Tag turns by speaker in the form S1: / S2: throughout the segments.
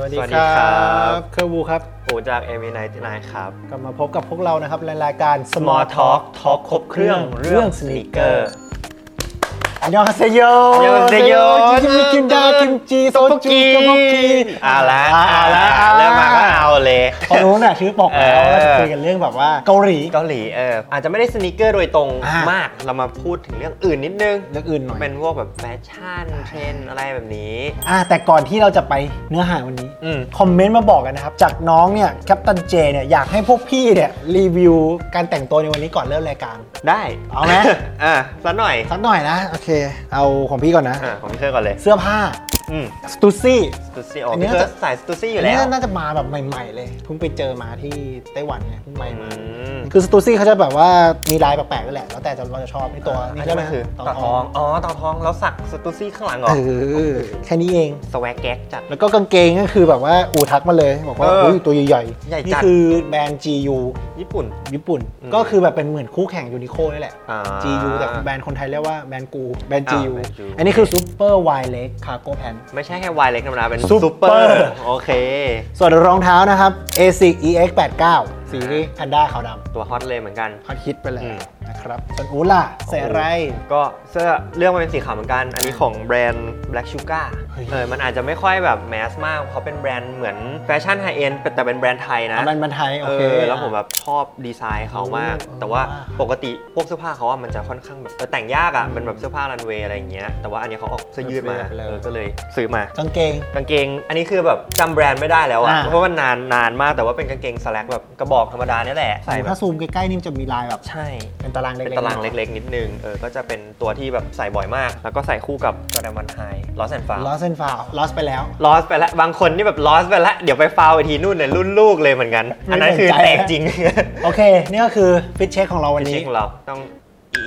S1: วัสดี
S2: สวัส
S1: ค
S2: ดี
S1: รั
S2: ครับ บ
S1: เคอร์บูครับ
S2: โอจาก m อ99ครับ
S1: กลับมาพบกับพวกเรานะครับในรายการ
S2: Small Talk Talk ครบเครื่องเรื่องสนิเกอร์
S1: อันยองฮาเซโย
S2: อันยองฮาเซโย
S1: จิมมี่กิมดากิมจีโซ
S2: ปุก
S1: จู
S2: กี้
S1: กับุกี
S2: เอาละเอาละเริ่มมาก็เอาเลย
S1: พอรู้น่ะถือบอกแล้ว
S2: เออ
S1: ว่าจะคุยกันเรื่องแบบว่าเกาหลี
S2: เกาหลีเอออาจจะไม่ได้สนิเกอร์โดยตรง
S1: อ่าม
S2: มาก เรามาพูดถึงเรื่องอื่นนิดนึง
S1: เรื่องอื่นหน่อย
S2: เป็นพวกแบบแฟชั่นเทรนด์อะไรแบบนี้
S1: อ่ะแต่ก่อนที่เราจะไปเนื้อหาวันนี้
S2: อืม
S1: คอมเมนต์มาบอกกันนะครับ จากน้องเนี่ยแคปตันเจเนี่ยอยากให้พวกพี่เนี่ยรีวิวการแต่งตัวในวันนี้ก่อนเริ่มรายการ
S2: ได้
S1: เอาไหม
S2: อ่ะสักหน่อย
S1: สักหน่อยนะโอเค เอาของพี่ก่อนนะ
S2: อ่ะของพี่เคยก่อนเลย
S1: เสื้อผ้า
S2: อืม
S1: สตูซี่
S2: สตูซี่โอ
S1: อันนี้
S2: พี่เคย
S1: น่าจะ
S2: สายสตูซี่อยู่แล้ว
S1: นี่น่าจะมาแบบใหม่ ๆ เลยเพิ่งไปเจอมาที่ไต้หวันเนี่ยเพิ่งไป
S2: อื
S1: มา
S2: ม
S1: คือสตูซี่เขาจะแบบว่ามีลายแปลกๆด้วยแหละแล้วแต่เราจะชอบในตัว
S2: อั
S1: นี่
S2: น
S1: ใช่
S2: นี้
S1: ไหม
S2: มันคือ
S1: ต่
S2: ต่
S1: อ
S2: อ
S1: ท
S2: ท
S1: อ
S2: อง งอ๋อต่อทองแล้วสักสตูซี่ข้างหลังเหรอ
S1: เออแค่นี้เอง
S2: สแวกแก๊กจัด
S1: แล้วก็กางเกงก็คือแบบว่าอูทักมาเลย บอกว่า
S2: เออ
S1: อุ้ยตัวใหญ่
S2: ใหญ่จัด
S1: นี่คือแบรนด์ GU
S2: ญี่ปุ่น
S1: ญี่ปุ่น
S2: อืม
S1: ก็คือแบบเป็นเหมือนคู่แข่งยูนิโคนี่แหละ
S2: อ่
S1: GU แต่แบรนด์คนไทยเรียกว่าแบรนด์กูแบรนด์
S2: อ่า
S1: GU
S2: แบรนด์ GU
S1: อันนี้คือซูเปอร์ไวเล็กคาร์โก้แพน
S2: ไม่ใช่แค่วายเล็กธรรมดาเป็น
S1: ซุป
S2: ซุปเปอ
S1: เปอร์
S2: ร์โอเค
S1: ส่วนรองเท้านะครับ ASIC EX89 สีนี้แพนด้าขาวด
S2: ตัวฮอตเลยเหมือนกัน
S1: ำฮอตฮิตไปแล้
S2: อื
S1: ว
S2: ม
S1: นะครับส่วนอูล่ะใส่อะไร
S2: ก็เสื้อเรื่องมันเป็นสีขาวเหมือนกัน อันนี้ของแบรนด์ Black Sugar
S1: เฮ้ย
S2: เออมันอาจจะไม่ค่อยแบบแมสมาก เพราะเป็นแบรนด์เหมือนแฟชั่นไฮเอ็นแต่เป็นแบรนด์ไทยนะ
S1: อ่ะแบรนด์บันไทยโอ
S2: เอ
S1: เค
S2: อแล้วผมแบบชอบดีไซน์เขามาก
S1: โอ้
S2: แต่ว่า
S1: ว้าว
S2: ปกติพวกเสื้อผ้าเขาอะมันจะค่อนข้างแบบเออแต่งยากอ่ะเป็นแบบเสื้อผ้ารันเวย์อะไรอย่างเงี้ยแต่ว่าอันนี้เขาออกเสื้อยืดมา
S1: เสื้อยืดไปเลย
S2: เออก็เลยซื้อมา
S1: กางเกง
S2: กางเกง อันนี้คือแบบจำแบรนด์ไม่ได้แล้วอะ
S1: อ่า
S2: เพราะมันนานนานมากแต่ว่าเป็นกางเกงสแลกแบบกระบอกธรรมดาเนี่ยแหละ ใส่แบ
S1: ถ้า
S2: บ
S1: ซูมใกล้ๆนี่มันจะมีลายแบบ
S2: ใช่
S1: เป็นตารางเล็กๆ
S2: เป็นตารางเล็กๆ นิดนึง เออ ก็จะเป็นตัวที่แบบใส่บ่อยมาก แล้วก็ใส่คู่กับจอแดนวันไฮลอสแอนฟาว
S1: ลอสเซนฟาวลอสไปแล้ว
S2: ลอสไปแล้ว บางคนนี่แบบลอสไปแล้ว เดี๋ยวไปฟาวอีกทีนู่นเนี่ยรุ่นลูกเลยเหมือนกัน
S1: ไม่
S2: อันนั้นคือ
S1: สนใจ
S2: แตกจริง
S1: โอเค นี่ก็คือฟิตเช็คของเราวัน
S2: ไม่ใช่
S1: นี้
S2: ของเราต้องอี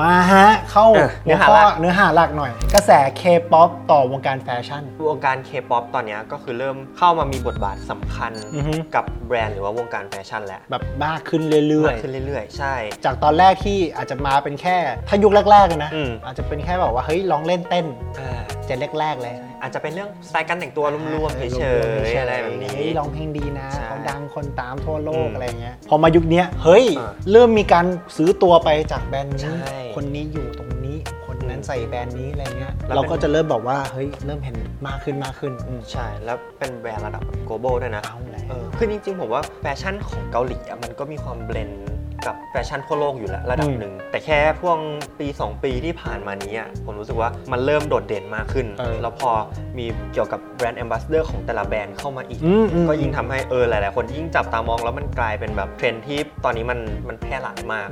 S1: มาฮะ เข้า
S2: เออเนื้อหา
S1: หัว
S2: หลั
S1: ข้
S2: ก
S1: เนื้อหาหลักหน่อย กระแสเคป๊อปต่อวงการแฟชั่น
S2: วงการเคป๊อปตอนเนี้ยก็คือเริ่มเข้ามามีบทบาทสำคัญ
S1: อือฮึ
S2: กับแบรนด์หรือว่าวงการแฟชั่นแหละ
S1: แบบมากขึ้นเรื่อย
S2: มากขึ้นเรื่อยๆ ใช่
S1: ๆ จากตอนแรกที่อาจจะมาเป็นแค่ถ้ายุคแรกๆอะนะ
S2: อืม
S1: อาจจะเป็นแค่แบบว่าเฮ้ยลองเล่นเต้น
S2: อ่า
S1: เจนแรกๆเลย
S2: อาจจะเป็นเรื่องสไตล์การแต่งตัวรวมๆเฉ
S1: รวมๆ
S2: ยๆอะไรแบบนี้
S1: เฮ้ยลองเพลงดีนะ
S2: ใช่
S1: เขาดังคนตามทั่วโลก
S2: อืม
S1: อะไรเงี้ยพอมายุคเนี้ยเฮ้ย
S2: อ่า
S1: เริ่มมีการซื้อตัวไปจากแบรนด์
S2: ใช่
S1: นี้คนนี้อยู่ตรงนี้ คนนั้น
S2: อืม
S1: ใส่แบรนด์นี้อะไรเงี้ย
S2: แล้วเป็น
S1: เราก็จะเริ่มบอกว่าเฮ้ยเริ่มเห็นมากขึ้นมากขึ้นอืม
S2: ใช่ แล้วเป็นแบรนด์ระดับ global ด้วยนะ
S1: เอาแล้ว
S2: เออคือจริงๆ ผมว่าแฟชั่นของเกาหลีอะมันก็มีความเบลนด์กับแฟชั่นทั่วโลกอยู่แล้วระดับหนึ่ง แต่แค่พวงปี 2 ปีที่ผ่านมานี้อะผมรู้สึกว่ามันเริ่มโดดเด่นมากขึ้น แล้วพอมีเกี่ยวกับแบรนด์แอมบาสเดอร์ของแต่ละแบรนด์เข้ามาอีก
S1: อืมอืม
S2: ก็ยิ่งทำให้เออหลาย ๆ คนยิ่งจับตามองแล้วมันกลายเป็นแบบเทรนด์ที่ตอนนี้มันมันแพร่หลายมาก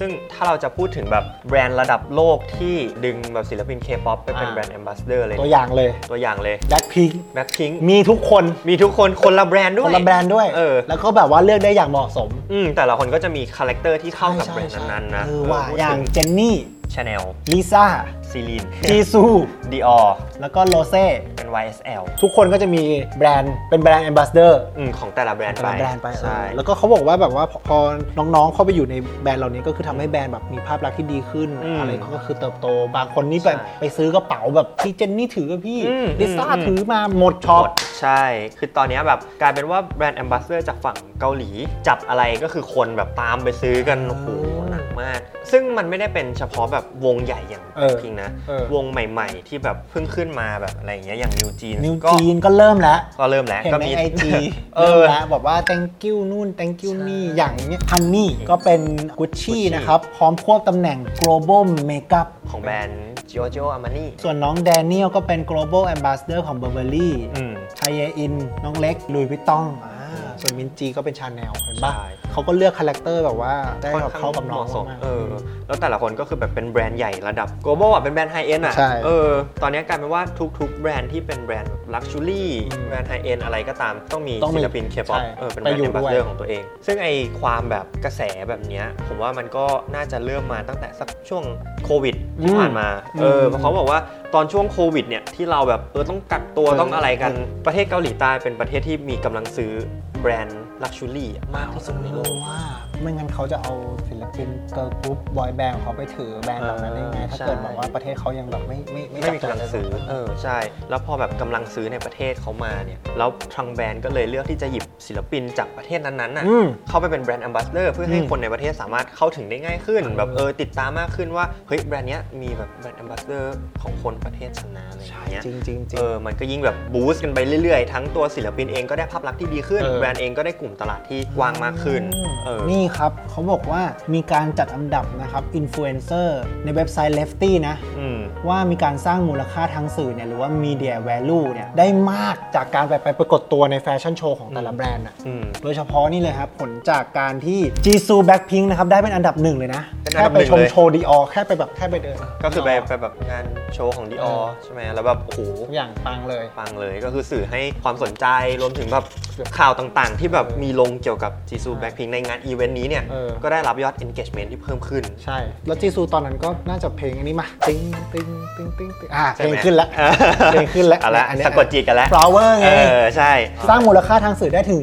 S2: ซึ่งถ้าเราจะพูดถึงแบบแบรนด์ระดับโลกที่ดึงแบบศิลปินเคป๊อปไปเป็น
S1: อ่า
S2: แบรนด์แอมบาสเดอร์เลย
S1: ตัวอย่างเลย
S2: ตัวอย่างเลย
S1: แบล็คพิง
S2: แบ็คพิง
S1: มีทุกคน
S2: มีทุกคนคนละแบรนด์ด้
S1: ค
S2: วย
S1: นละแบรนด์ด้วย
S2: เออ
S1: แล้วก็แบบว่าเลือกได้อย่างเหมาะสม
S2: อืมแต่ละคนก็จะมีคาแรคเตอร์ที่เข้ากับ
S1: ใช่
S2: แบรนด์
S1: ใช่
S2: นั้นๆนะ
S1: เออว่าอย่างเจนนี่
S2: ชาแนล
S1: ลิซ่า
S2: ซีลีน
S1: จีซู
S2: ดีออ
S1: แล้วก็โรเซ่
S2: เป็น YSL
S1: ทุกคนก็จะมีแบรนด์เป็นแบรนด์แอมบาสเดอร์
S2: อืมของแต่ละแบรนด์ไป
S1: แบรนด์ไป
S2: ใช่
S1: แล้วก็เขาบอกว่าแบบว่าพอพอน้องๆเข้าไปอยู่ในแบรนด์เหล่านี้ก็คือทำให้แบรนด์แบบมีภาพลักษณ์ที่ดีขึ้น อะไรก็คือเติบโต บางคนนี่ไปไปซื้อกระเป๋าแบบที่เจนนี่ถือกับพี่
S2: อืม
S1: ลิซ่า
S2: อืม
S1: ถือมาหมด
S2: ห
S1: ช็อ
S2: ม
S1: ป
S2: ดใช่คือตอนเนี้ยแบบกลายเป็นว่าแบรนด์แอมบาสเดอร์จากฝั่งเกาหลี จับอะไรก็คือคนแบบตามไปซื้อกันโอ้โห
S1: อ่า
S2: หนักมาก ซึ่งมันไม่ได้เป็นเฉพาะแบบวงใหญ่อย่าง
S1: เออ
S2: จริงนะ
S1: เออ
S2: วงใหม่ๆ ที่แบบเพิ่งขึ้นมาแบบอะไรอย่างเงี้ยอย่างนิวจีน
S1: นิวจีนก็เริ่มแล้ว
S2: ก็เริ่มแล้ว
S1: เห็น
S2: ก็
S1: ใน
S2: มี
S1: ไอจี
S2: เอ
S1: เริ่ม
S2: อ
S1: แล้วบอกว่า thank you นู่น thank you
S2: ใช่
S1: นี่ อย่างเนี้ยฮันนี่ก็เป็นกุชชี่
S2: Gucci
S1: นะครับ พร้อมควบตำแหน่ง global makeup
S2: ของแบรนด์ Giorgio Armani
S1: ส่วนน้องแดเนียลก็เป็น global ambassador ของ Burberry
S2: อืม
S1: ชายเยอิน น้องเล็กลุยวิตตองอ่าส่วนมินจีก็เป็นชาแนลเห็นปะ
S2: ใช่
S1: เขาก็เลือกคาแรคเตอร์แบบว่า ได้แบบเข้ากับน้อง
S2: เหมาะสม
S1: มาก
S2: เออ แล้วแต่ละคนก็คือแบบเป็นแบรนด์ใหญ่ระดับ global อ่ะ เป็นแบรนด์ไฮเอ็นอ่ะ
S1: ใช่
S2: เออ ตอนนี้กลายเป็นว่าทุกๆ แบรนด์ที่เป็นแบรนด์ลักชัวรี่แบรนด์ไฮเอ็นอะไรก็ตาม ต้องมี
S1: ต้องมี
S2: ศิลปินเคป๊อป
S1: ใช่
S2: เออ เป็นแบรน
S1: ไปอยู่
S2: ด์ a อ b บ s
S1: ด้วย
S2: เ d อร์ของตัวเอง ซึ่งไอความแบบกระแสแบบเนี้ย ผมว่ามันก็น่าจะเริ่มมาตั้งแต่สักช่วงโควิดที่ผ่านมา เออเพราะเขาบอกว่าตอนช่วงโควิดเนี่ยที่เราแบบเออต้องกักตัวต้องอะไรกัน ประเทศเกาหลีใต้เป็นประเทศที่มีกำลังซื้อแบรนด์ลักชัวรี่มากที่สุดใน
S1: เอ
S2: โล
S1: อก ว่า ไม่งั้นเขาจะเอาศิลปินเกิร์ลกรุ๊ปบอยแบนด์ของเขาไปถือแบรนด์เหล่านั้นได้ไง ถ้าเกิดแบบว่าประเทศเขายังแบบไม่ไม่
S2: ไม่มีกำลังซื้อ
S1: จับตัว
S2: เออ ใช่ แล้วพอแบบกำลังซื้อในประเทศเขามาเนี่ย แล้วทางแบรนด์ก็เลยเลือกที่จะหยิบศิลปินจากประเทศนั้นๆน่ะ
S1: อืม
S2: เข้าไปเป็นแบรนด์ a อ b บ s สเดอร์เพื่อให้
S1: อืม
S2: คนในประเทศสามารถเข้าถึงได้ง่ายขึ้น แบบ
S1: เออ
S2: เออติดตามมากขึ้นว่า เฮ้ย แบรนด์เนี้ยมีแบบแบรนด์ a อ b บ s สเดอร์ของคนประเทศชนะอะไรอย่างเงี้ย
S1: จริงจริงจริง
S2: เออมันก็ยิ่งแบบบูสต์กันไปเรื่อยๆ ทั้งตัวศิลปินเองก็ได้ภาพลักษณ์ที่ดีขึ้น
S1: เออ
S2: แบรนด์เองก็ได้กลุ่มตลาดที่กว้างมากขึ้นเออ
S1: นี่ครับเขาบอกว่ามีการจัดอันดับนะครับอินฟลูเอนเซอร์ในเว็บไซต์ Lefty นะ
S2: อืม
S1: ว่ามีการสร้างมูลค่าทางสื่อเนี่ยหรือว่า media value เนี่ยได้มากจากการไปไปปรากฏตัวในแฟชั่นโชว์ของแต่ละแบรนด์นะ
S2: อืม
S1: โดยเฉพาะนี่เลยครับผลจากการที่ Jisoo Blackpink นะครับได้เป็นอันดับหนึ่งเลยนะ
S2: เป็นอัน
S1: แค่
S2: ดับห
S1: ไป
S2: นึ่ง
S1: ชม
S2: เลย
S1: โชว์ดีออแค่ไปแบบแค่ไปเดิน
S2: ก็คือไปไปแบบงานโชว์ของดีออใช่ไหมแล้วแบบโอ้โห
S1: ทุกอย่างปังเลย
S2: ฟังเลยก็คือสื่อให้ความสนใจรวมถึงแบบข่าวต่างๆ ที่แบบมีลงเกี่ยวกับจีซูแบ็คพิงในงานอีเวนต์นี้เนี่ย
S1: เออ
S2: ก็ได้รับยอด engagement ที่เพิ่มขึ้น
S1: ใช่ แล้วจีซูตอนนั้นก็น่าจะเพลงอันนี้มาติ้งติ้งติ้งติ้งติ้งอ่า
S2: ใช่
S1: เพ
S2: ไหม
S1: ลงขึ้น แล้วเพลงขึ้นแล้ว
S2: เอาละ
S1: อันเนี้ย
S2: สะกดจีกันแล้ว
S1: flower ไง
S2: เออ ใช่
S1: สร้างมูลค่าทางสื่อได้ถึง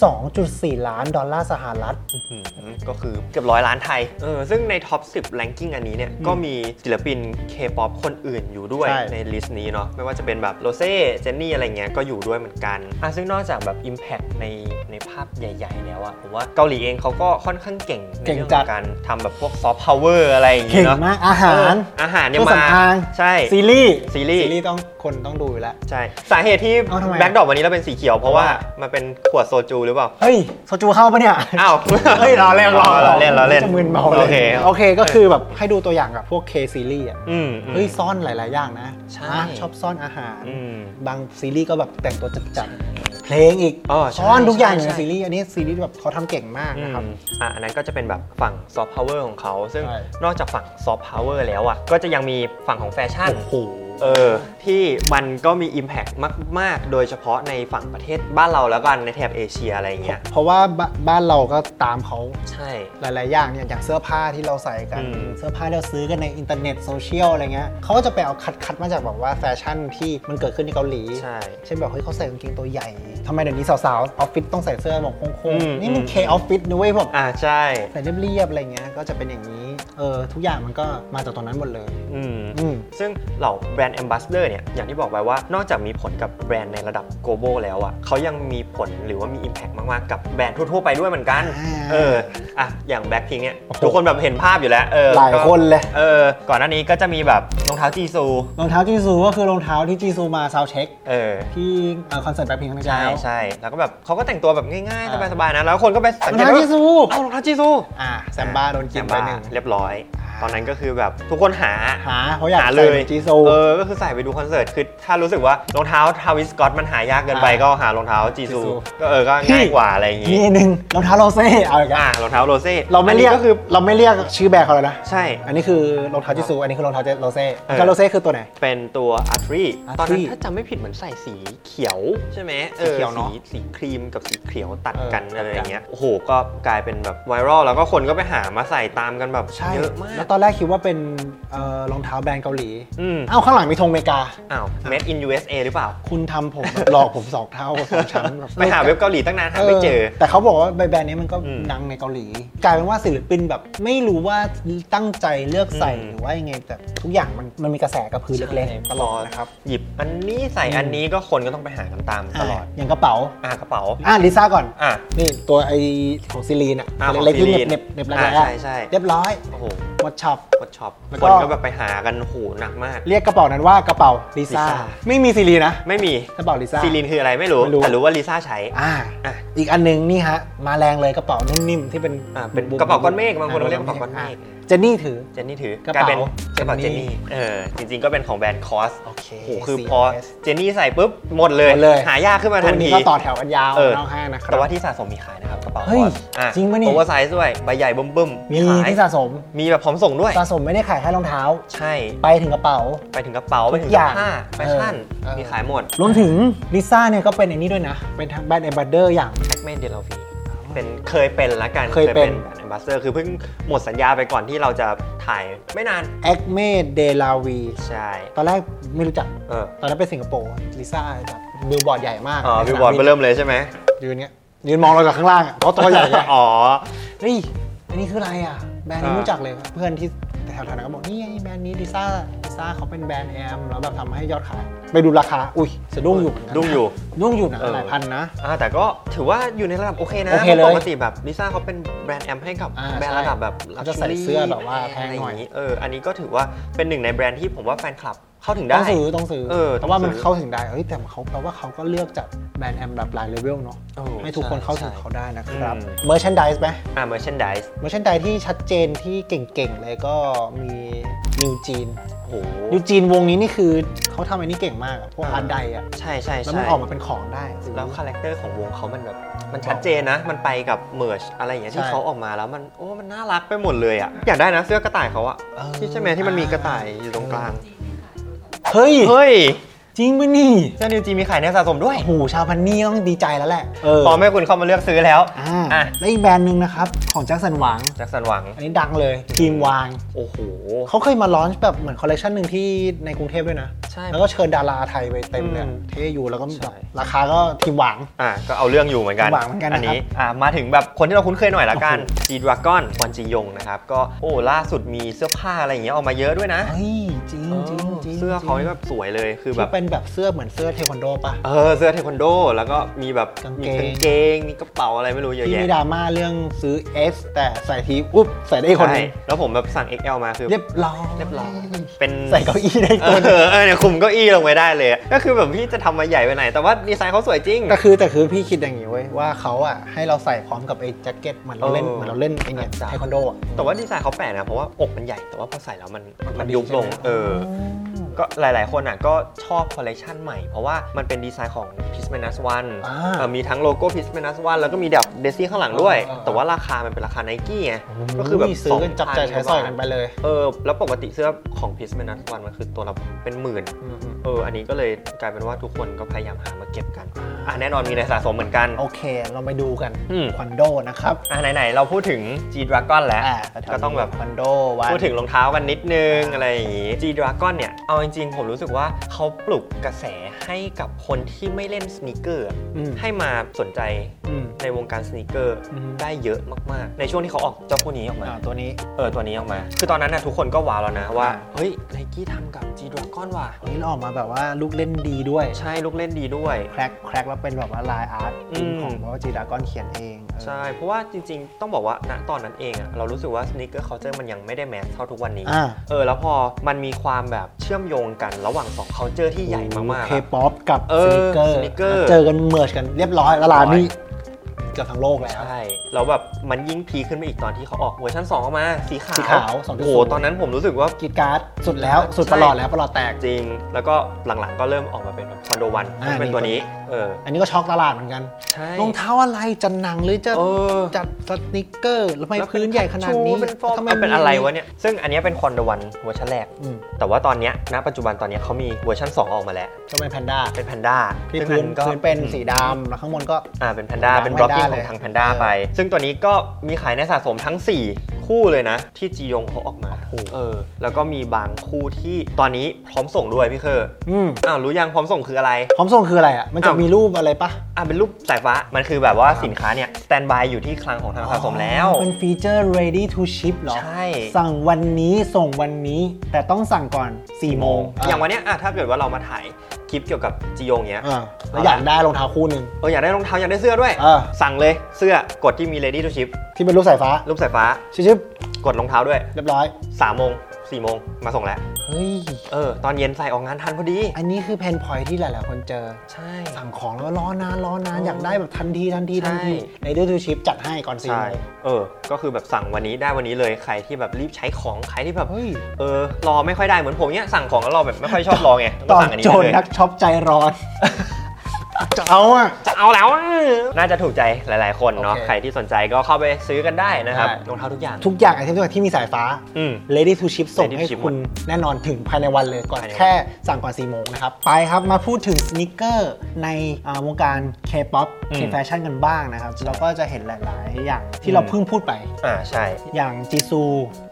S1: 22.4 ล้านดอลลาร์สหรัฐ
S2: อืมก็คือเกือบร้อยล้านไทยเออซึ่งในท็อป 10 ranking อันนี้เนี่ย ก็มีศิลปิน K-POP คนอื่นอยู่ด้วย
S1: ใช่
S2: ในลิสต์นี้เนาะไม่ว่าจะเป็นแบบโรเซ่เจนนี่อะไรเงี้ยก็อยู่ด้วยเหมือนกันอ่ะซึ่งนอกจากแบบ Impact ในในภาพใหญ่ ๆ แล้วอะผมว่าเกาหลีเองเขาก็ค่อนข้างเก่งในเรื่องของการทำแบบพวกซอฟต์พาวเวอร์อะไรอย่าง
S1: เก่
S2: เงี้
S1: ง
S2: เนาะ
S1: มากอาหาร
S2: เอออาหารเนี่ย
S1: เครื่อง
S2: มา
S1: สำอาง
S2: ใช่
S1: ซีรีส์
S2: ซีรีส์
S1: ซีรีส์ต้องคนต้องดูอยู่แล้ว
S2: ใช่ สาเหตุที่
S1: เอ้าทำไมอะ
S2: แบ็คดรอปวันนี้เราเป็นสีเขียว เพราะว่ามันเป็นขวดโซจูหรือเปล่า
S1: เฮ้ยโซจูเข้าปะเนี่ย
S2: อ้าว
S1: เฮ้ยรอเล่นรอ
S2: เล่นรอเล่น
S1: จะมึนเมาเลย
S2: โอเค
S1: โอเคก็คือแบบให้ดูตัวอย่างกับพวกเคซีรีส์อ่ะ
S2: อืมอืม
S1: เฮ้ยซ่อนหลาย ๆ อย่างนะ
S2: ใช่
S1: อ่ะชอบซ่อนอาหาร
S2: อืม
S1: บางซีรีส์ก็แบบแต่งตัวจัดๆเพลงอีก
S2: อ๋อใช่
S1: ซ่อนทุกอย่างอยู่ใน
S2: ใช่
S1: ซีรีส์อันนี้ซีรีส์แบบเขาทำเก่งมากนะครับ
S2: อืมอ่ะอันนั้นก็จะเป็นแบบฝั่งซอฟต์พาวเวอร์ของเขา ซึ่ง
S1: ใช่
S2: นอกจากฝั่งซอฟต์พาวเวอร์แล้วอ่ะ ก็จะยังมีฝั่งของแฟชั่น
S1: โอ้โห
S2: เออ ที่มันก็มี Impact มาก ๆ โดยเฉพาะในฝั่งประเทศบ้านเราแล้วกันในแถบเอเชียอะไรอย่างเงี้ย
S1: เพราะว่าบ้าบ้านเราก็ตามเขา
S2: ใช่
S1: หลาย ๆ อย่างเนี่ยอย่างเสื้อผ้าที่เราใส่กัน
S2: อืม
S1: เสื้อผ้าที่เราซื้อกันในอินเทอร์เน็ตโซเชียลอะไรเงี้ยเขาก็จะไปเอาคัดคัดมาจากแบบว่าแฟชั่นที่มันเกิดขึ้นในเกาหลี
S2: ใช่
S1: เช่นแบบเฮ้ยเขาใส่กางเกงตัวใหญ่ทำไมเดี๋ยวนี้สาว ๆ ออฟฟิศต้องใส่เสื้อแบบโค้ง
S2: อืม
S1: ๆ นี่มัน
S2: อืม
S1: เคออฟฟิศนะเว้ยแบบ
S2: อ่าใช่
S1: ใส่เรียบ ๆ อะไรเงี้ยก็จะเป็นอย่างนี้เออทุกอย่างมันก็มาจากตรงนั้นหมดเลย
S2: อืม
S1: อืม
S2: ซึ่งเหล่าแบรนด์แอมบ s สเดอร์เนี่ย อย่างที่บอกไปว่านอกจากมีผลกับแบรนด์ในระดับ global แล้วอะ่ะเขายังมีผลหรือว่ามี Impact มาก ๆ กับแบรนด์ทั่ว ๆ ไปด้วยเหมือนกัน
S1: อ่า
S2: เออ อ่ะ อย่างแบ็คพิงเนี่ย
S1: โอ้โห
S2: ทุกคนแบบเห็นภาพอยู่แล้ว เออ
S1: หลาย
S2: ก็
S1: คนเลย
S2: เออ ก่อนหน้านี้ก็จะมีแบบรองเท้าจีซู
S1: รองเท้าจีซูก็คือรองเท้าที่จีซูมาซาวเช็ค
S2: เออ
S1: ที่คอนเสิร์ตแบล็คพิงค์ครั้งที่
S2: ใช่
S1: แล้ว
S2: ใช่แล้วก็แบบเขาก็แต่งตัวแบบง่าย ๆ สบาย ๆ นะ แล้วคนก็ไป
S1: ร
S2: สั
S1: อง ง
S2: เกต
S1: เท้า
S2: ว่า
S1: จีซู
S2: เอารองเท้าจีซู
S1: อ่าแซมบ้าโดนกินไปหนึ่ง
S2: เรียบร้อย
S1: อ่า
S2: ตอนนั้นก็คือแบบทุกคนหา
S1: หาเขาอยาก
S2: หาเล
S1: ใส่
S2: ย
S1: เหมือนจีซู
S2: เออ ก็คือใส่ไปดูคอนเสิร์ต คือถ้ารู้สึกว่ารองเท้าทาวิสกอตมันหายากเกินไป
S1: อ่า
S2: ก็หารองเท้าจีซู
S1: จีซู
S2: ก็เออ ก็ง่ายกว่าอะไรอย่าง
S1: มี
S2: งี้
S1: อันหนึ่งรองเท้าโรเซ่เอาอีกแล้ว
S2: อ่า รองเท้าโรเซ่
S1: เราไม่เรียก
S2: อันนี้ก็คือ
S1: เราไม่เรียกชื่อแบรนด์เขาเลยนะ
S2: ใช่
S1: อันนี้คือรองเท้าจิซูอันนี้คือรองเท้าโรเซ่
S2: เออ
S1: แล้วโรเซ่คือตัวไหน
S2: เป็นตัวอาร์ทรี
S1: Artery
S2: ตอนนั้นถ้าจำไม่ผิดเหมือนใส่สีเขียวใช่ไหมออ
S1: สีเขียวเนอะ
S2: สีสีครีมกับสีเขียวตัด
S1: เออ
S2: กัน
S1: ตัดกัน
S2: อะไรอย่างเงี้ย โอ้โห ก็กลายเป็นแบบไวรัล แล้วก็คนก็ไปหามาใส่ตามกันแบบเยอะมา
S1: แล้
S2: ก
S1: วตอนแรกคิดว่าเป็นเอ่อรองเท้าแบรนด์เกาหลี
S2: อืม
S1: เอ้าข้างหลังมีธงอเมริกา
S2: อ้าว made in USA หรือเปล่า
S1: คุณทำผมแบบ หลอกผมสองเท่าสองชั้นแบบ
S2: ไปหาเว็บเกาหลีตั้งนานหาไม่เจอ
S1: แต่เขาบอกว่าแบรนด์นี้มันก็
S2: อืม
S1: ดังในเกาหลี กลายเป็นว่าศิลปินแบบไม่รู้ว่าตั้งใจเลือกใส่
S2: อืม
S1: หรือว่ายังไงแต่ทุกอย่างมันมันมีกระแสกระพือเล็กๆตลอดนะครับ
S2: หยิบอันนี้ใส่อันนี้ก็คนก็ต้องไปหากันตามตลอด
S1: ะอย่างกระเป๋า
S2: อ่ากระเป๋า
S1: อ่ะลิซ่าก่อน
S2: อ่ะ
S1: นี่ตัวไอของซีรีนอ่ะ
S2: อ่าของ
S1: เล็กๆที่
S2: ซีรี
S1: เหน็บ
S2: น
S1: เหน็บเหน็บแล้ว
S2: อ่า
S1: แหละ
S2: ใช่ใช่
S1: เรียบร้อย
S2: โอ้โห
S1: วัดช็อป
S2: กดช็อป
S1: แล้ว
S2: ค
S1: ก็
S2: นก็แบบไปหากันโหหนักมาก
S1: เรียกกระเป๋านั้นว่ากระเป๋าลิซ่า
S2: ลิซ่า
S1: ไม่มีซีรีนะ
S2: ไม่มี
S1: กระเป๋าลิซ่า
S2: ซีลินคืออะไรไม่รู้
S1: ไม่รู้
S2: แต่รู้ว่าลิซ่าใช้
S1: อ่า
S2: อ่ะ
S1: อีกอันหนึงนี่ฮะ มาแรงเลยกระเป๋านิ่มๆที่เป็น
S2: อ่าเป็น
S1: บุบๆ
S2: กระเป๋าก้อนเมฆบางคนเราเรียกก
S1: บุ
S2: ระ
S1: บๆ
S2: เป๋าก้อนเมฆ
S1: เจนนี่ถือ
S2: เจนนี่ถือก
S1: ระ
S2: กลาย
S1: เป๋า
S2: เป็นกระเป๋า
S1: เจ
S2: เจ
S1: น
S2: น
S1: นี่
S2: นี่เออจริง ๆ ก็เป็นของแบรนด์คอส
S1: โอเค
S2: โอ้โหคือ
S1: CLS
S2: พอเจนนี่ใส่ปุ๊บหมดเลย
S1: หมดเลย
S2: หายากขึ้นมาทัน
S1: ตัว
S2: ที
S1: นี้ก็ต่อแถวกันยาว
S2: เออ
S1: น้องห้างนะครั
S2: แต่
S1: บ
S2: ว่าที่สะสมมีขายนะครับกระเป๋า
S1: เฮ้ย
S2: คอสอ่ะ
S1: จริงปะเนี่ย
S2: โอเวอร์ไซส์ด้วยใบใหญ่เบิ่มๆ
S1: มี
S2: ขาย
S1: ที่สะสม
S2: มีแบบพร้อมส่งด้วย
S1: สะสมไม่ได้ขายแค่รองเท้า
S2: ใช่
S1: ไปถึงกระเป๋า
S2: ไปถึงกระเป๋าไปถึง
S1: ทุกอ
S2: เสื้
S1: ย่าง
S2: อผ้าแฟชั่น
S1: เออ
S2: มีขายหมด
S1: รวมถึงลิซ่าเนี่ยก็เป็นไอันนี้ด้วยนะ เป็นทางแบรนด์เอมบัเดอร์อย่าง
S2: แท็กแมนเดลฟีเป็นเคยเป็นละกัน
S1: เคยเป็น
S2: แอมบาสเดอร์คือเพิ่งหมดสัญญาไปก่อนที่เราจะถ่ายไม่นาน
S1: แอคเมดเดลาวี
S2: ใช่
S1: ตอนแรกไม่รู้จัก
S2: เออ
S1: ตอนนั้นไปสิงคโปร์ลิซ่าแบบบิลบอร์ดใหญ่มาก
S2: อ๋อ
S1: ใน
S2: บิลบอร์ด
S1: สนาม
S2: เริ่มเลยใช่ไหม
S1: บินอยู่เนี้ย ยืนมองเราจากข้างล่างอะเพราะตัวใหญ่ไง
S2: อ๋อ
S1: เฮ้ย อันนี้คืออะไรอ่ะ แบรนด์นี้
S2: อ่า
S1: รู้จักเลย เพื่อนที่แถวๆนั้นก็บอกนี่ไงแบรนด์นี้ดิซ่าดิซ่าเขาเป็นแบรนด์แอมแล้วแบบทำให้ยอดขาย ไปดูราคา อุ้ยสะดุ้งอยู่เหมือนกันนะ
S2: ดุ้งอยู่
S1: ดุ้งอยู่นะ
S2: เออ
S1: หลายพันนะ
S2: อ่าแต่ก็ถือว่าอยู่ในระดับโอเคนะ
S1: โอเคเลย
S2: พราะปกติแบบลิซ่าเขาเป็นแบรนด์แอมให้กับ
S1: อ่า
S2: แบรนด์ระดับแบบ
S1: เขาจะใส่
S2: luxury
S1: เสื้อแบบว่าแพงหน่อย
S2: ะไรางงี้เอออันนี้ก็ถือว่าเป็นหนึ่งในแบรนด์ที่ผมว่าแฟนคลับเข้าถึง
S1: ต้
S2: ได้
S1: องซื้อต้องซื้อ
S2: เออ
S1: แต่ว่ามัน
S2: ต้องซื้อ
S1: เข้าถึงได้ เฮ้ย แต่เขาแปลว่าเขาก็เลือกจากแบรนด์แอมแบบหลายเลเวลเนาะ
S2: เออ
S1: ให้ทุกคนเข้าถึงเขา
S2: ใช่
S1: ได้นะครับ
S2: อืม
S1: เมอร์ชันดิสไหม
S2: อ่า merchandise
S1: เมอร์ชันดิสที่ชัดเจนที่เก่งๆเลยก็มีนิวจีน
S2: โอ้โห
S1: นิวจีนวงนี้นี่คือเขาทำอันนี้เก่งมากอะพวก
S2: อ่า
S1: อาร์ตไดอะ
S2: ใช่ใช่
S1: แล้ว
S2: ใช่
S1: มันออกมาเป็นของได้
S2: แล้วคาแรคเตอร์ของวงเขามันแบบ มันชัดเจนนะ มันไปกับ merge อะไรอย่างเงี้ย
S1: ใช่
S2: ที่เขาออกมาแล้วมันโอ้ มันน่ารักไปหมดเลยอ่ะ อยากได้นะเสื้อกระต่ายเขาอะ
S1: เออ
S2: ที่ใช่ไหมที่มันมีกระต่ายอยู่ตรงกลาง
S1: เฮ้ย
S2: เฮ้ย
S1: จริงปะนี่
S2: เจ้านิวจีมีขายในสะสมด้วย
S1: โอ้โหชาวพันนี่ต้องดีใจแล้วแหละเออ
S2: พร้อมให้คุณเข้ามาเลือกซื้อแล้ว
S1: อ่า
S2: อ่ะ
S1: แล้วอีกแบรนด์หนึ่งนะครับ ของแจ็คสันหวัง
S2: แจ็คสันหวัง
S1: อันนี้ดังเลยทีมวาง
S2: โอ้โห
S1: เขาเคยมาลอนช์แบบเหมือนคอลเลคชันหนึ่งที่ในกรุงเทพด้วยนะ
S2: ใช่
S1: แล้วก็เชิญดาราไทยไปเต็มเลยอะ
S2: อืม
S1: เท่อยู่แล้วก็แบบ
S2: ใช่
S1: ราคาก็ทีมหวัง
S2: อ่ะก็เอาเรื่องอยู่เหมือนกัน
S1: หวังเหมือนกันนะครับ
S2: นี้อ่ะมาถึงแบบคนที่เราคุ้นเคยหน่อยละกันจีดวากอนบอนจียงนะครับ ก็โอ้ล่าสุดมีเสื้อผ้าอะไรอย่างเงี้ยออกมาเยอะด้วยนะ
S1: เฮ้ยจริงจริงจริง
S2: เสื้อเขานี่แบบสวยเลยคือ
S1: ที่
S2: แบบ
S1: เป็นแบบเสื้อเหมือนเสื้อเทควันโดป่ะ
S2: เออเสื้อเทควันโด แล้วก็มีแบบ
S1: กาง
S2: มี
S1: เกง
S2: กางเกงมีกระเป๋าอะไรไม่รู้เยอะ
S1: ที่
S2: แยะ
S1: มีดราม่าเรื่องซื้อ S แต่ใส่ทีอุ๊บใส่ได้อีกคนหนึ
S2: ใช่
S1: ง
S2: แล้วผมแบบสั่ง XL มาคือ
S1: เรียบร้อย
S2: เรียบร้อยเป็น
S1: ใส่เก้าอี้ได้อีก
S2: เอ
S1: ตัวห
S2: อ
S1: นึ่ง
S2: เออเนี่ยคุมเก้าอี้ลงไว้ได้เลยอะก็คือแบบพี่จะทำมาใหญ่ไปไหน แต่ว่าดีไซน์เขาสวยจริง
S1: ก็คือแต่คือพี่คิดอย่างนี้เว้ยว่าเขาอ่ะให้เราใส่พร้อมกับไอ้แจ็คเก็ตเหมือนเราเล่น
S2: เออ
S1: เหมือนเราเล่นไอ้เนี่ย
S2: อ่ะจ้ะ
S1: ไทควันโดอ่ะ
S2: แต่ว่าดีไซน์เขาแปลกนะเพราะว่าอกมันใหญ่แต่ว่าพอใส่แล้วมันมันยุบลงเออ
S1: ม
S2: ก็หลาย ๆ คนอ่ะก็ชอบคอลเลกชันใหม่ เพราะว่ามันเป็นดีไซน์ของ p i s m a n u s One
S1: อ่า
S2: เอ่อมีทั้งโลโก้ p i s m a n u s One แล้วก็มีแบบเดซี่ข้างหลังด้วย
S1: อ่าอ่า
S2: แต่ว่าราคามันเป็นราคาไนกี้ไงก็
S1: ก็
S2: คื
S1: คือ อ
S2: แบ
S1: แบบ บซื้อกันจับใจายใช้สอยกัน
S2: 2,000
S1: ไปเลย
S2: เออแล้วปกติเสื้อของ p i s m a n u s One มันคือตัวละเป็นหมื่นเอออันนี้ก็เลยกลายเป็นว่าทุกคนก็พยายามหามาเก็บกันอ่ะแน่นอนมีในสะสมเหมือนกัน
S1: โอเค เราไปดูกัน
S2: อืม
S1: ควันโดนะครับ
S2: อ่ะไหน ๆ เราพูดถึง G Dragon แล้ว
S1: อ่า
S2: ก็ต้องแบบ
S1: ควันโดวัน
S2: พูดถึงรองเท้ากันนิดนึง
S1: อ่า
S2: อะไรอย่างงี้ G Dragon เนี่ย เอาจริง ๆ ผมรู้สึกว่าเขาปลุกกระแสให้กับคนที่ไม่เล่นสนคเกอร์อะ
S1: อืม
S2: ให้มาสนใจ
S1: อืม
S2: ในวงการสนคเกอร์
S1: อืม
S2: ได้เยอะมากๆ ในช่วงที่เขาออกเจ้าคู่นี้ออกมา
S1: อ่าตัวนี้
S2: เออ ตัวนี้ออกมา คือตอนนั้นนะทุกคนก็ว้าวแล้วนะว่า
S1: อ่า
S2: เฮ้ยไนกี้ทำกับ G Dragon ว่ะ
S1: นี่เราออกมาแบบว่าลูกเล่นดีด้วย
S2: ใช่ลูกเล่นดีด้วย
S1: แครกแครกแล้วเป็นแบบว่าลายอาร์ต
S2: อืม
S1: ของเพราะว่าจีดากอนเขียนเองเออ
S2: ใช่ เพราะว่าจริงๆ ต้องบอกว่าณตอนนั้นเองอะเรารู้สึกว่าสนิเกอร์เคาน์เตอร์มันยังไม่ได้แมสเท่าทุกวันนี้
S1: อ่า
S2: เออแล้วพอมันมีความแบบเชื่อมโยงกันระหว่างสอง culture ที่ใหญ่มากๆ
S1: เค
S2: อะ
S1: ป๊อปกับ
S2: เอ
S1: สนิ
S2: อ
S1: เกอร์
S2: sneaker
S1: เจอกันเมิร์ชกันเรียบร้อยแล้วลาน
S2: ร้อย
S1: นี่เกือบทั้งโลกแล้ว
S2: ใช่แล้วแบบมันยิ่งพีคขึ้นไปอีกตอนที่เขาออกเวอร์ชัน2ออกมาสีขาว
S1: สีขาว2.0
S2: โอ้โหตอนนั้นผมรู้สึกว่า
S1: กรีดการ์ดสุดแล้วสุด
S2: ใช่
S1: ประหลอดแล้วประหลอดแตก
S2: จริง แล้วก็หลังๆก็เริ่มออกมาเป็นคอนโดวัน
S1: อ่า
S2: เป็น
S1: นี่
S2: ตัวนี้ เออ
S1: อันนี้ก็ช็อกตลาดเหมือนกัน
S2: ใช่
S1: รองเท้าอะไรจะหนังหรือจะ
S2: เออ
S1: จะสนิกเกอร์แล้วทำไม
S2: แล้วเป็
S1: พื้นใหญ่ขนาดนี้
S2: ชูเป็นฟอง
S1: ทำไม
S2: เอาเป็นอะไรวะ
S1: มี
S2: เนี่ยซึ่งอันเนี้ยเป็นคอนโดวันเวอร์ชันแรก
S1: อืม
S2: แต่ว่าตอนเนี้ยณปัจจุบันตอนเนี้ยเขามีเวอร์ชัน2 ออกมาแล้ว
S1: ก็เป็นแพนด้า
S2: เป็นแพนด้า
S1: ที่พื้นพื้นเป็นสีดำแล้วข้างบนก็
S2: อ่า เป็นแพนด้า
S1: Panda
S2: เป็นบล็อกกิ้งข
S1: เล
S2: อย งทางแพนด้า
S1: เออ
S2: ไป ซึ่งตัวนี้ก็มีขายในสะสมทั้ง 4 คู่เลยนะ ที่จียงเขาออกมา
S1: โอ้โห
S2: เออ แล้วก็มีบางคู่ที่ตอนนี้พร้อมส่งด้วยพี่เคอร์
S1: อืม
S2: อ้าว รู้ยังพร้อมส่งคืออะไร
S1: พร้อมส่งคืออะไรอ่ะมันจะ
S2: อ้าว
S1: มีรูปอะไรปะ
S2: อ่ะเป็นรูปสายฟ้า มันคือแบบว่าสินค้าเนี่ย สแตนบายอยู่ที่คลังของทางสะสมแล้ว
S1: เป็นฟีเจอร์ ready to ship เหรอ
S2: ใช่
S1: สั่งวันนี้ส่งวันนี้ แต่ต้องสั่งก่อน4โมง
S2: อย่างวันเนี้ยอ่ะถ้าเกิดว่าเรามาถ่ายคลิปเกี่ยวกับจียงเนี้ย
S1: อ่าแล้วอยากได้รองเท้าคู่หนึ่ง
S2: เอออยากได้รองเท้าอยากได้เสื้อด้วย
S1: อ่า
S2: สั่งเลย เสื้อกดที่มี ready to ship
S1: ที่เป็นรูปสายฟ้า
S2: รูปสายฟ้า
S1: ชิบ
S2: กดรองเท้าด้วย
S1: ๆเรียบร้อย
S2: สามโมงสี่โมงมาส่งแล้ว
S1: เฮ้ย
S2: เออ ตอนเย็นใส่ออกงานทันพอดี
S1: อันนี้คือเพนพอยที่หลาย ๆ คนเจอ
S2: ใช่
S1: สั่งของแล้วรอนานรอนาน
S2: เอออ
S1: อยากได้แบบทันทีทันที
S2: ใช่
S1: ทันทีในดื้อทูชิปจัดให้ก่อนสี่
S2: ใช่
S1: โมง
S2: เออ ก็คือแบบสั่งวันนี้ได้วันนี้เลยใครที่แบบรีบใช้ของใครที่แบบ
S1: เฮ้ย
S2: เออรอไม่ค่อยได้เหมือนผมเนี้ยสั่งของแล้วรอแบบไม่ค่อยชอบรอไง
S1: ต
S2: ก็
S1: อบ
S2: สั่งอันนี้
S1: โจ
S2: ได้
S1: ร
S2: เลย
S1: นักช็อปใจร้อน จะเอาอ่ะ
S2: จะเอาแล้วอะน่าจะถูกใจหลาย ๆ คนเนาะ
S1: โอเค
S2: ใครที่สนใจก็เข้าไปซื้อกันได้นะครับ
S1: ใช่
S2: รองเท้าทุกอย่าง
S1: ทุกอย่างไอเทมทุกอย่างที่มีสายฟ้า
S2: อืม
S1: Ready to ship ส่ง
S2: Ready to
S1: ให้
S2: ship
S1: คุณแน่นอนถึงภายในวันเลยก่อน
S2: ภายในวัน
S1: แค่สั่งก่อน4โมงนะครับ ไปครับมาพูดถึงสนิเกอร์ในอ่าวงการ K-POP K-Fashion กันบ้างนะครับ เราก็จะเห็นหลาย ๆ อย่างที่เราเพิ่งพูดไป
S2: อ่าใช่
S1: อย่างจีซู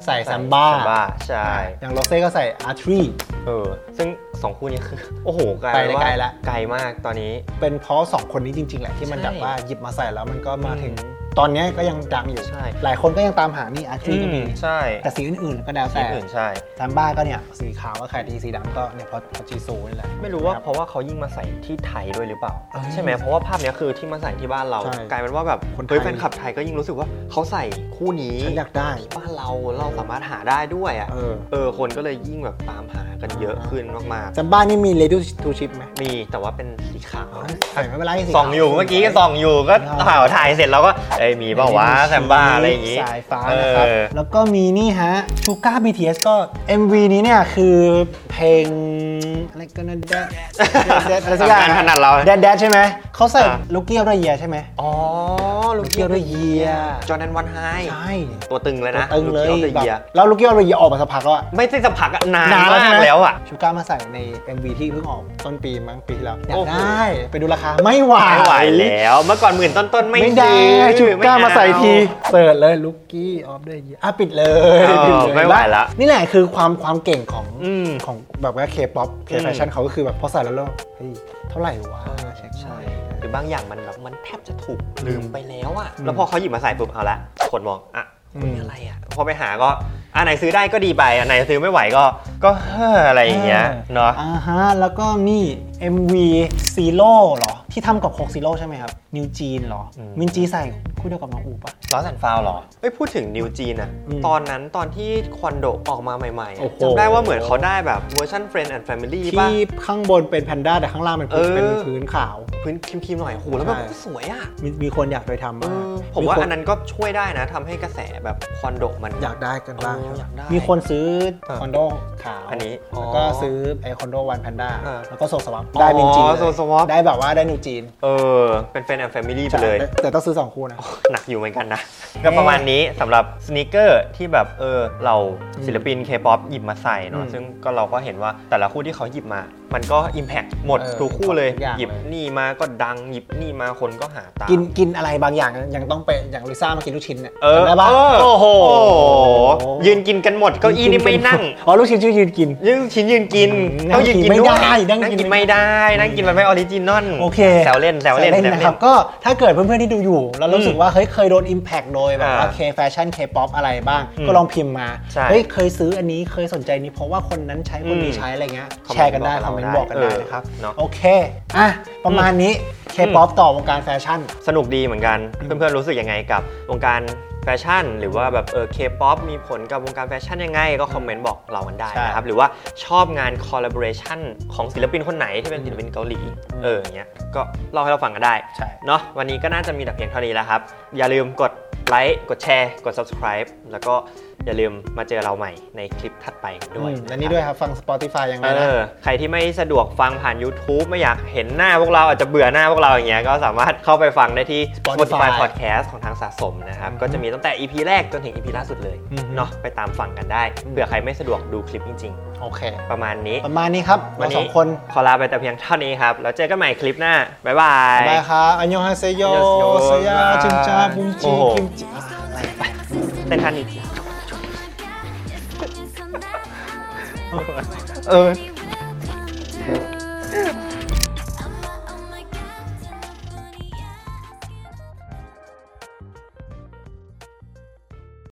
S1: ใส่ซัมบ้า
S2: ซัมบ้าใช่
S1: อย่างโรเซ่ก็ใส่อาร์ทรี
S2: เออซึ่ง สองคู่นี้คือ โอ้โหไกล
S1: ไปได้ไกลละ
S2: ไกลมากตอนนี้
S1: เป็นเพราะสองคนนี้จริงๆแหละที่มัน
S2: ใช่
S1: แบบว่าหยิบมาใส่แล้วมันก็มาถึง
S2: อืม
S1: ตอนเนี้ยก็ยังดังอยู่
S2: ใช่
S1: หลายคนก็ยังตามหานี่อาร์
S2: อื
S1: ตี้ก็
S2: ม
S1: มี
S2: ใช่
S1: แต่สีอื่นๆก็แล้ว
S2: ที
S1: แต่
S2: มอื่นใช่
S1: ตามบ้านก็เนี่ยสีขาวก็ขายดีสีดำก็เนี่ยเพอพอจีซูนี่แหละ
S2: ไม่รู้ว่าเพราะว่าเขายิ่งมาใส่ที่ไทยด้วยหรือเปล่า
S1: เออ
S2: ใช่ไหมเพราะว่าภาพเนี้ยคือที่มาใส่ที่บ้านเรา
S1: ใช่
S2: กลายเป็นว่าแบบ
S1: คนไทย
S2: เฮ้ยแฟนคลับไทยก็ยิ่งรู้สึกว่าเขาใส่คู่นี้
S1: ฉันอยากได้
S2: ที่บ้านเราเราสามารถหาได้ด้วยอ่ะ
S1: เออ
S2: เออคนก็เลยยิ่งแบบตามหากันเยอะขึ้นมาก
S1: จำบ้านนี่มีเลดี้ทูชิปไหม
S2: ๆ มีแต่ว่าเป็นสีขาว
S1: ใส่ไม่เป็นไรสีขาว
S2: ส่องอยู่เมื่อกี้ก็ส่องอยู่ก็
S1: อ่า
S2: ถ่ายถ่ายเสร็จเราก็เอ้ยมีเปล่าวะแซมบ้าอะไรอย่างงี้
S1: สายฟ้านะครับ
S2: เออ
S1: แล้วก็มีนี่ฮะชูก้า BTS ก็ MV นี้เนี่ยคือเพลงอะไรก็นั่นแดดแดดอะไรสักอย่าง
S2: ทำนขนาดเรา
S1: แดดแดดใช่ไหม เขาใส่
S2: อ่ะ
S1: ลูกเกี้ยวด้วยเยียใช่ไหม
S2: อ๋อลูกเกียวด้วยเยียจอร์แดนวันไฮ
S1: ใช่
S2: ตัวตึงเลยนะ
S1: ตึงเลย
S2: กเกียวด้วย
S1: แบ
S2: เยีย
S1: บแล้วลูกเกี้ยวด้วยเยียออกมาสักพักแล้วอะ
S2: ไม่ได้สัมผัสอะนาน
S1: นานแล้ว
S2: มา
S1: ใช่
S2: ก
S1: ไหม
S2: แล้วอ่ะ
S1: ชูก้ามาใส่ใน MV ที่เพิ่งออกต้นปีมั้งปีที่แล้วอยา
S2: โอ้
S1: ก
S2: โห
S1: ได้ไปดูราคาไม่ไหว
S2: ไม่ไหวแล้ว เมื่อก่อนหมื่นต้นๆไม่
S1: ไม่ได้
S2: ซื้อ
S1: ชูก้า
S2: ไเอ
S1: มาใส่ทีเสิร์ชเลยลูกกี้ออฟด้วยเยียอ่ะปิดเลย
S2: เออ
S1: ปิดเย
S2: ไม่ไหวละ
S1: นี่แหละคือความความเก่งของ
S2: อืม
S1: ของแบบว่าเคป๊อปเค
S2: อืม
S1: แฟชั่นเขาก็คือแบบพอใส่แล้วแล้วเฮ้ยเท่าไหร่วะเช็ค
S2: ใช่
S1: ใช่
S2: หรือบางอย่างมันแบบมันแทบจะถูกลืมไปแล้วอ่ะ
S1: อืม
S2: แล้วพอเขาหยิบมาใส่ปุ๊บเอาละ คนมองอ่ะ
S1: อื
S2: ค
S1: ม
S2: นนี้อะไรอ่ะ พอไปหาก็อันไหนซื้อได้ก็ดีไปอันไหนซื้อไม่ไหวก็ก็เฮ้ออะไรอย่างเงี้ยเนาะ
S1: อ่าฮะ แล้วก็นี่ MV Zero เหรอ ที่ทำกับโคกซีโร่ใช่ไหมครับ นิวจีนเหรอ
S2: อืม
S1: มินจีใส่คู่เดียวกับน้องอูปะ
S2: ล้อสันฟาวหรอเอ้ยพูดถึงนิวจีนอะ
S1: อืม
S2: ตอนนั้นตอนที่ควันโดออกมาใหม่ๆอะ
S1: โอ้โห
S2: จำได้ว่าเหมือนเขาได้แบบเวอร์ชัน Friend and Family ป่ะ
S1: ที่ข้างบนเป็นแพนด้าแต่ข้างล่างเป็นพื้น
S2: เออ
S1: เป็นพื้นขาว
S2: พื้นครีมๆหน่อยโอ้โหแล้วมัน
S1: ใช่
S2: ก็สวยอ่ะ
S1: มีมีคนอยากไปทำมาก
S2: ผมว่า
S1: คน
S2: อันนั้นก็ช่วยได้นะทำให้กระแสแบบคอนโดมัน
S1: อยากได้กันบ้างครับ
S2: เอออยากได้
S1: มีคนซื้อ
S2: เออ
S1: คอนโดขาว
S2: อันนี้
S1: แล้วก็ซื้อไอคอนโดวันแพนด้า
S2: เออ
S1: แล้วก็โซสวับได้มินจีน
S2: อ๋อ
S1: เลย
S2: โซสวัป
S1: ได้แบบว่าได้นิวจีน
S2: เออ เป็นแฟนแอมแฟมิลี่ไปเลย
S1: แต่แต่ต้องซื้อสองคู่นะ
S2: หนักอยู่เหมือนกันนะ ก็ประมาณนี้สำหรับสน e เกอร์ที่แบบเออเราศิลปินเคป๊อปหยิบมาใส่เนาะ
S1: อืม
S2: ซึ่งก็เราก็เห็นว่าแต่ละคู่ที่เขาหยิบมา มันก็อิมแพ t หมด
S1: เออ
S2: ทุกคู่เลย
S1: ทุกอย่าง
S2: หยิบ
S1: เลย
S2: นี่มาก็ดังหยิบนี่มาคนก็หาตาม
S1: กินกินอะไรบางอย่างยังต้องไปอย่างลิซ่ามากินลูกชิ้นเนี่ย
S2: เออ
S1: จำได้ปะ
S2: เออโอ้โห ยืนกินกันหมดเก้าอี้นี่ไม่นั่ง
S1: อ๋อลูกชิ้นชื่อยืนกิน
S2: ยืนชิ้นยืนกิน
S1: อืม
S2: ต้องยืนกินด้วย
S1: นั่
S2: นั่
S1: ง
S2: ง
S1: กินไม่ได้นั่งกิน
S2: กินไม่ได้ นั่งกินมันไม่ออริจินอล
S1: โอเค
S2: แซวเล่นแซวเล่นแซวเล่น
S1: นะครับก็ถ้าเกิดเพื่อนๆที่ดูอยู่ แล้วรู้สึกว่าเฮ้ยเคยโดน Impact โดยแบบว่า
S2: อ่า
S1: เคแฟชั่นเคป๊อปอะไรบ้าง
S2: อืม
S1: ก็ลองพิมพ์มา
S2: ใช่
S1: เฮ้ยเคยซื้ออันนี้เคยสนใจนี้เพราะว่าคนนั้นใช้คนนี้
S2: อืม
S1: ใช้อะไรเงี้ย
S2: คอมเมน
S1: แช
S2: ต์
S1: ร์กันได้
S2: บอ
S1: คอมเม
S2: กเรา
S1: นต์
S2: ได้
S1: บอกกันได้
S2: เออ
S1: นะครับ
S2: เนอะ
S1: โอเคอ่ะประมาณนี้เคป๊อปต่อวงการแฟชั่น
S2: สนุกดีเหมือนกัน
S1: อืม
S2: เพื่อนๆรู้สึกยังไงกับวงการแฟชั่น หรือว่าแบบเออเคป๊อปมีผลกับวงการแฟชั่นยังไง ก็คอมเมนต์บอกเรากันได้
S1: ใช่
S2: นะครับ หรือว่าชอบงานคอลลาบอร์เรชันของศิลปินคนไหนที่เป็นศิลปินเกาหลี
S1: อืม
S2: เอออย่างเงี้ยก็เล่าให้เราฟังกันได้
S1: ใช่
S2: เนาะวันนี้ก็น่าจะมีแต่เพียงเท่านี้แล้วครับ อย่าลืมกดไลค์กดแชร์ กด subscribe แล้วก็อย่าลืมมาเจอเราใหม่ในคลิปถัดไปกัน
S1: ด้
S2: ด้
S1: ว
S2: วย ย
S1: และ
S2: ะ
S1: นี่
S2: ครับ
S1: ด้วยครับฟัง Spotify ยังไง
S2: เอ
S1: นะ
S2: อใครที่ไม่สะดวกฟังผ่าน YouTube ไม่อยากเห็นหน้าพวกเราอาจจะเบื่อหน้าพวกเราอย่างเงี้ยก็สามารถเข้าไปฟังได้ที่
S1: Spotify
S2: Spotify Podcast ของทางสะสมนะครับ
S1: อือฮึ
S2: ก็จะมีตั้งแต่ EP แรกจนถึง EP ล่าสุดเลย
S1: อือฮึ
S2: เนาะไปตามฟังกันได้เผื่อใครไม่สะดวกดูคลิปจริง
S1: โอเค
S2: ๆ ประมาณนี้
S1: ประมาณนี้ครับ
S2: วั
S1: เรา
S2: นนี้
S1: สองคน
S2: ขอลาไปแต่เพียงเท่านี้ครับ แล้วเจอกันใหม่คลิปหน้า บ๊ายบาย
S1: บายครับอันยองฮาเซโย
S2: อันยองฮาเซ
S1: เซ
S2: โย
S1: ยาจิมจาบุม
S2: โอ้
S1: จี
S2: โห
S1: คิมจิอ่ะอะไรไป
S2: เต้นท่านี้
S3: Oh.
S2: เออ